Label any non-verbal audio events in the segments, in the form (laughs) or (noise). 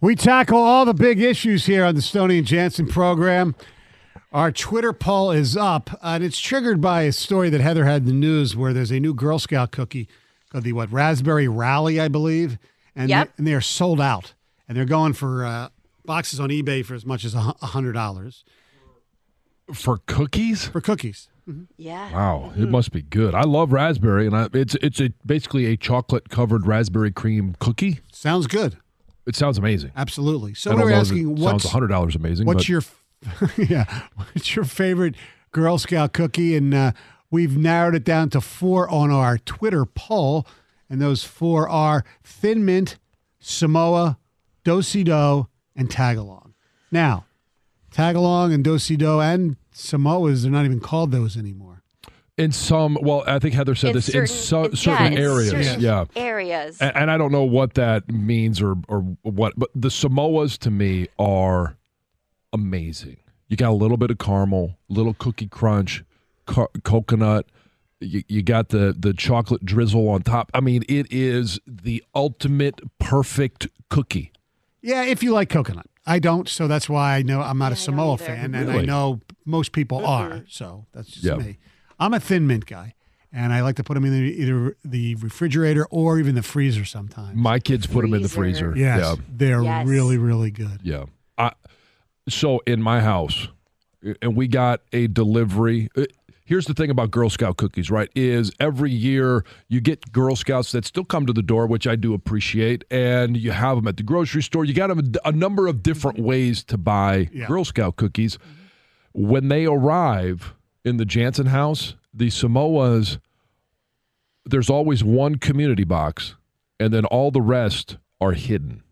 We tackle all the big issues here on the Stoney and Jansen program. Our Twitter poll is up, and it's triggered by a story that Heather had in the news where there's a new Girl Scout cookie called the what Raspberry Rally, I believe, and Yep. they, and they are sold out, and they're going for uh, boxes on eBay for as much as a hu- a hundred dollars For cookies? for cookies. Yeah. Wow, it must be good. I love raspberry, and I, it's it's a, basically a chocolate covered raspberry cream cookie. Sounds good, It sounds amazing. absolutely. So I don't we're know if asking, it what's sounds hundred dollars amazing. What's but your, (laughs) yeah? What's your favorite Girl Scout cookie? And uh, we've narrowed it down to four on our Twitter poll, and those four are Thin Mint, Samoa, Dosi Do, and Tagalong. Now, Tagalong and Dosi Do and Samoas—they're not even called those anymore. in some? Well, I think Heather said In this in so, certain- yeah, certain in areas. certain Yeah, Areas. and, and I don't know what that means or or what, but the Samoas to me are amazing. You got a little bit of caramel, little cookie crunch, co- coconut. You, you got the the chocolate drizzle on top. I mean, it is the ultimate perfect cookie. Yeah, if you like coconut. I don't, so that's why I know I'm not a Samoa fan, and I Really? know most people are. So that's just Yeah. me. I'm a thin mint guy, and I like to put them in the, either the refrigerator or even the freezer sometimes. My kids put them in the Freezer. freezer. yes, Yeah. they're Yes. really, really good. Yeah. I, so in my house, and we got a delivery. Uh, Here's the thing about Girl Scout cookies, right? Is every year you get Girl Scouts that still come to the door, which I do appreciate, and you have them at the grocery store. You got 'em a, a number of different ways to buy Yeah. Girl Scout cookies. When they arrive in the Jansen house, the Samoas, there's always one community box, and then all the rest are hidden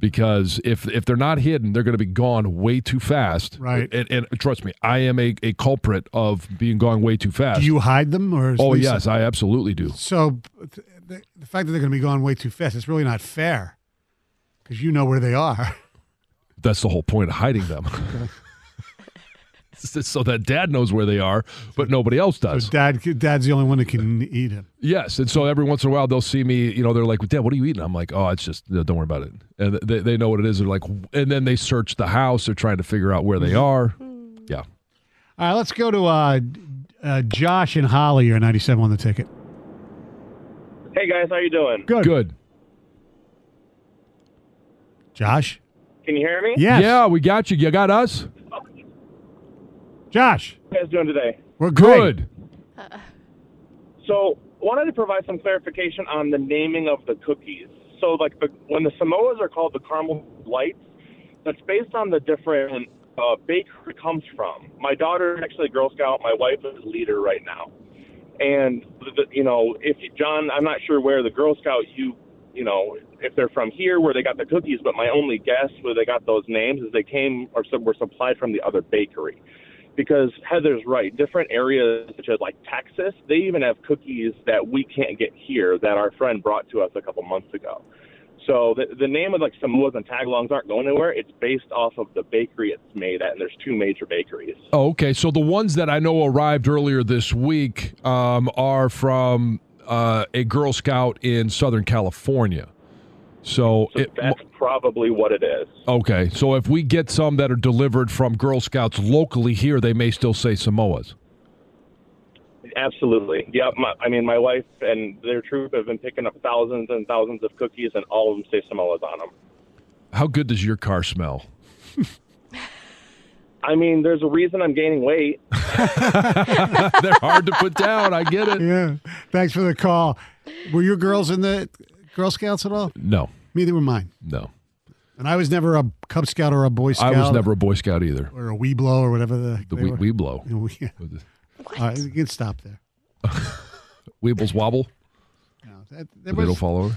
because if if they're not hidden, they're going to be gone way too fast. Right. And, and trust me, I am a, a culprit of being gone way too fast. Do you hide them, or is oh Lisa- yes, I absolutely do. So th- the, the fact that they're going to be gone way too fast, it's really not fair, because you know where they are. (laughs) That's the whole point of hiding them. (laughs) so that dad knows where they are, but nobody else So does. dad, dad's the only one that can eat them. Yes, and so every once in a while they'll see me. You know, they're like, "Dad, what are you eating?" I'm like, "Oh, it's just no, don't worry about it." And they, they know what it is. They're like, and then they search the house. They're trying to figure out where they Mm-hmm. are. Yeah. All right, let's go to uh, uh, Josh and Holly. You're 97 on the ticket. Hey guys, how you doing? Good. Good. Josh? Can you hear me? Yes. Yeah, we got you. You got us. Josh, How you guys doing today? we're great. Good. So, wanted to provide some clarification on the naming of the cookies. So, like the, when the Samoas are called the caramel lights, that's based on the different uh, bakery it comes from. My daughter is actually a Girl Scout. My wife is a leader right now, and the, the, you know, if you, John, I'm not sure where the Girl Scout you you know if they're from here where they got the cookies, but my only guess where they got those names is they came or some were supplied from the other bakery. because Heather's right. Different areas, such as like Texas, they even have cookies that we can't get here that our friend brought to us a couple months ago. So the, the name of like Samoas and Tagalongs aren't going anywhere. It's based off of the bakery it's made at, and there's two major bakeries. Oh, okay. So the ones that I know arrived earlier this week um, are from uh, a Girl Scout in Southern California. So, So it, that's probably what it is. okay. So if we get some that are delivered from Girl Scouts locally here, they may still say Samoas. Absolutely. Yeah. My, I mean, my wife and their troop have been picking up thousands and thousands of cookies, and all of them say Samoas on them. How good does your car smell? (laughs) I mean, there's a reason I'm gaining weight. They're hard to put down. I get it. Yeah. Thanks for the call. Were your girls in the Girl Scouts at all? No, Me, they were mine. no. And I was never a Cub Scout or a Boy Scout. I was never a Boy Scout either. Or a Weeblow or whatever the. The they we, were. we blow. Yeah, we- (laughs) yeah. All right, you can stop there. Weebles wobble. No, that- there They don't was, fall over.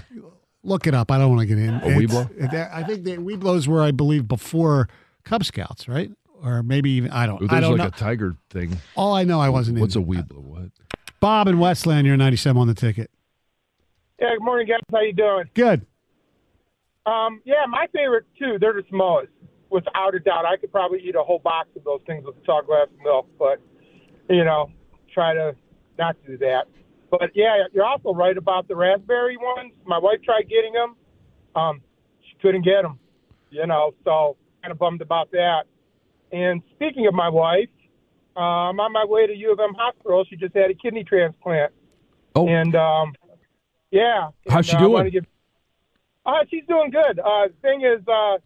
Look it up. I don't want to get in. A It's- Weeblo? that- I think that Weeblos were, I believe, before Cub Scouts, right? Or maybe even I don't. I There's don't know. like a tiger thing. All I know, I wasn't What's a in. weeblo? What? Bob in Westland, you're 97 on the ticket. Yeah, good morning, guys. How you doing? Good. Um, yeah, my favorite too. They're the Samoas, without a doubt. I could probably eat a whole box of those things with a tall glass of milk, but you know, try to not do that. But yeah, you're also right about the raspberry ones. My wife tried getting them. Um, she couldn't get them. You know, so kind of bummed about that. And speaking of my wife, uh, I'm on my way to U of M hospital. She just had a kidney transplant. Oh. And um, yeah. How's And, she uh, I doing? wanna give- uh, she's doing good. Uh, thing is, uh,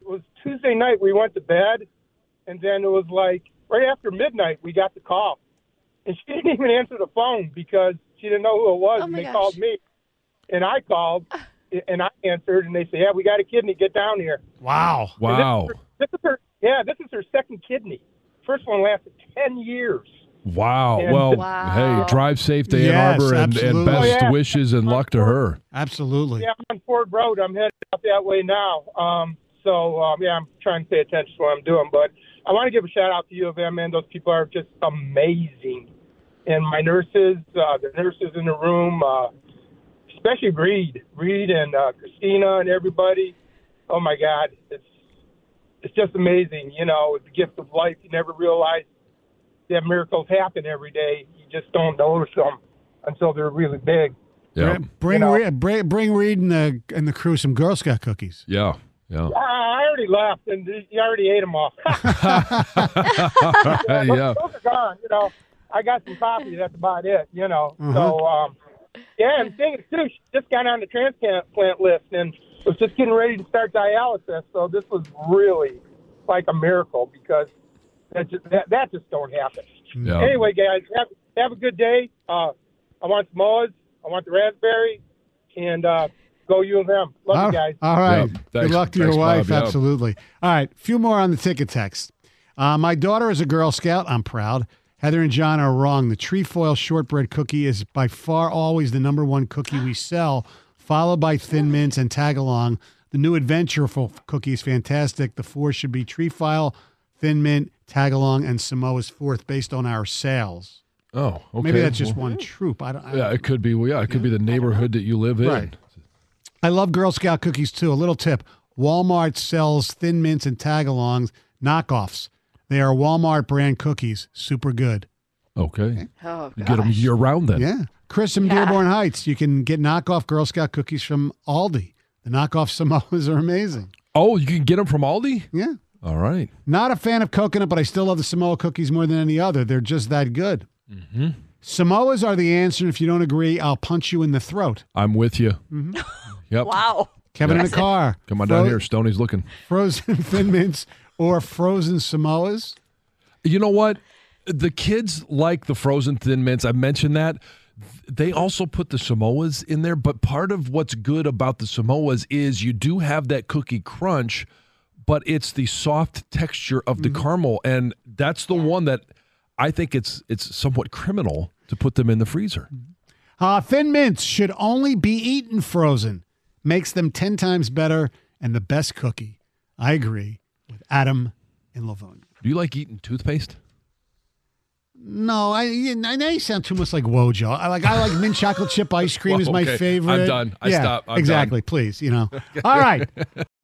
it was Tuesday night. We went to bed, and then it was like right after midnight we got the call, and she (laughs) didn't even answer the phone because she didn't know who it was. Oh, and my they gosh. Ah. called me, and I called, and I answered, and they said, "Yeah, we got a kidney. Get down here." Wow. And Wow. This is, her, this is her. Yeah, this is her second kidney. First one lasted ten years. Wow. And- Well, Wow. hey, drive safe to Yes, Ann Arbor and, absolutely. and best Oh, yeah. wishes and luck to her. Absolutely. Yeah, I'm on Ford Road. I'm headed out that way now. Um, so um, yeah, I'm trying to pay attention to what I'm doing, but I want to give a shout out to U of M. Man, those people are just amazing, and my nurses, uh, the nurses in the room, uh, especially Reed, Reed and uh, Christina and everybody. Oh my God, it's it's just amazing. You know, it's the gift of life. You never realize that miracles happen every day. You just don't notice them until they're really big. Yeah. Br- Bring, You know. Re- bring bring Reed and the and the crew some Girl Scout cookies. Yeah. (laughs) Yeah. (laughs) Uh, I already left, and you already ate them (laughs) all. (laughs) Hey, yeah. Those are gone. You know, I got some coffee. That's about it. You know, Mm-hmm. so um, yeah. And the thing is, too, she just got on the transplant plant list, and was just getting ready to start dialysis. So this was really like a miracle because that just, that, that just don't happen. Yeah. Anyway, guys, have, have a good day. Uh, I want Samoas. I want the raspberry, and uh, go U of M. Love all, you guys. all right. Yeah, Good thanks- luck to your thanks, Bob, wife. yeah. Absolutely. All right. Few more on the ticket text. Uh, my daughter is a Girl Scout. I'm proud. Heather and John are wrong. The trefoil shortbread cookie is by far always the number one cookie we sell, followed by Thin Mints and Tagalong. The new adventureful cookie is fantastic. The four should be trefoil, Thin Mint, Tagalong, and Samoa's fourth, based on our sales. Oh, okay. Maybe that's just Well, one troop. I don't. I, Yeah, it could be. Well, yeah, it could be the neighborhood that you live in. Right. I love Girl Scout cookies too. A little tip Walmart sells thin mints and tagalongs, knockoffs. They are Walmart brand cookies. Super good. Okay. Oh, You get them year round then. Yeah. Chris in Dearborn Heights, you can get knockoff Girl Scout cookies from Aldi. The knockoff (laughs) Samoas are amazing. Oh, you can get them from Aldi? Yeah. All right. Not a fan of coconut, but I still love the Samoa cookies more than any other. They're just that good. Mm-hmm. Samoas are the answer. If you don't agree, I'll punch you in the throat. I'm with you. (laughs) Yep. Wow. Kevin in the car. Come on down Fro- here. Stoney's looking. Frozen (laughs) thin mints or frozen Samoas. You know what? The kids like the frozen thin mints. I mentioned that. They also put the Samoas in there, but part of what's good about the Samoas is you do have that cookie crunch, but it's the soft texture of the caramel, and that's the one that I think it's it's somewhat criminal to put them in the freezer. Uh, thin mints should only be eaten frozen. Makes them 10 times better and the best cookie. I agree with Adam in Livonia. Do you like eating toothpaste? No, I, you- now you sound too much like Wojo. I like I like mint chocolate chip ice (laughs) cream is my Okay, I'm favorite. done. I yeah, stop. I'm exactly. Please, you know. All right.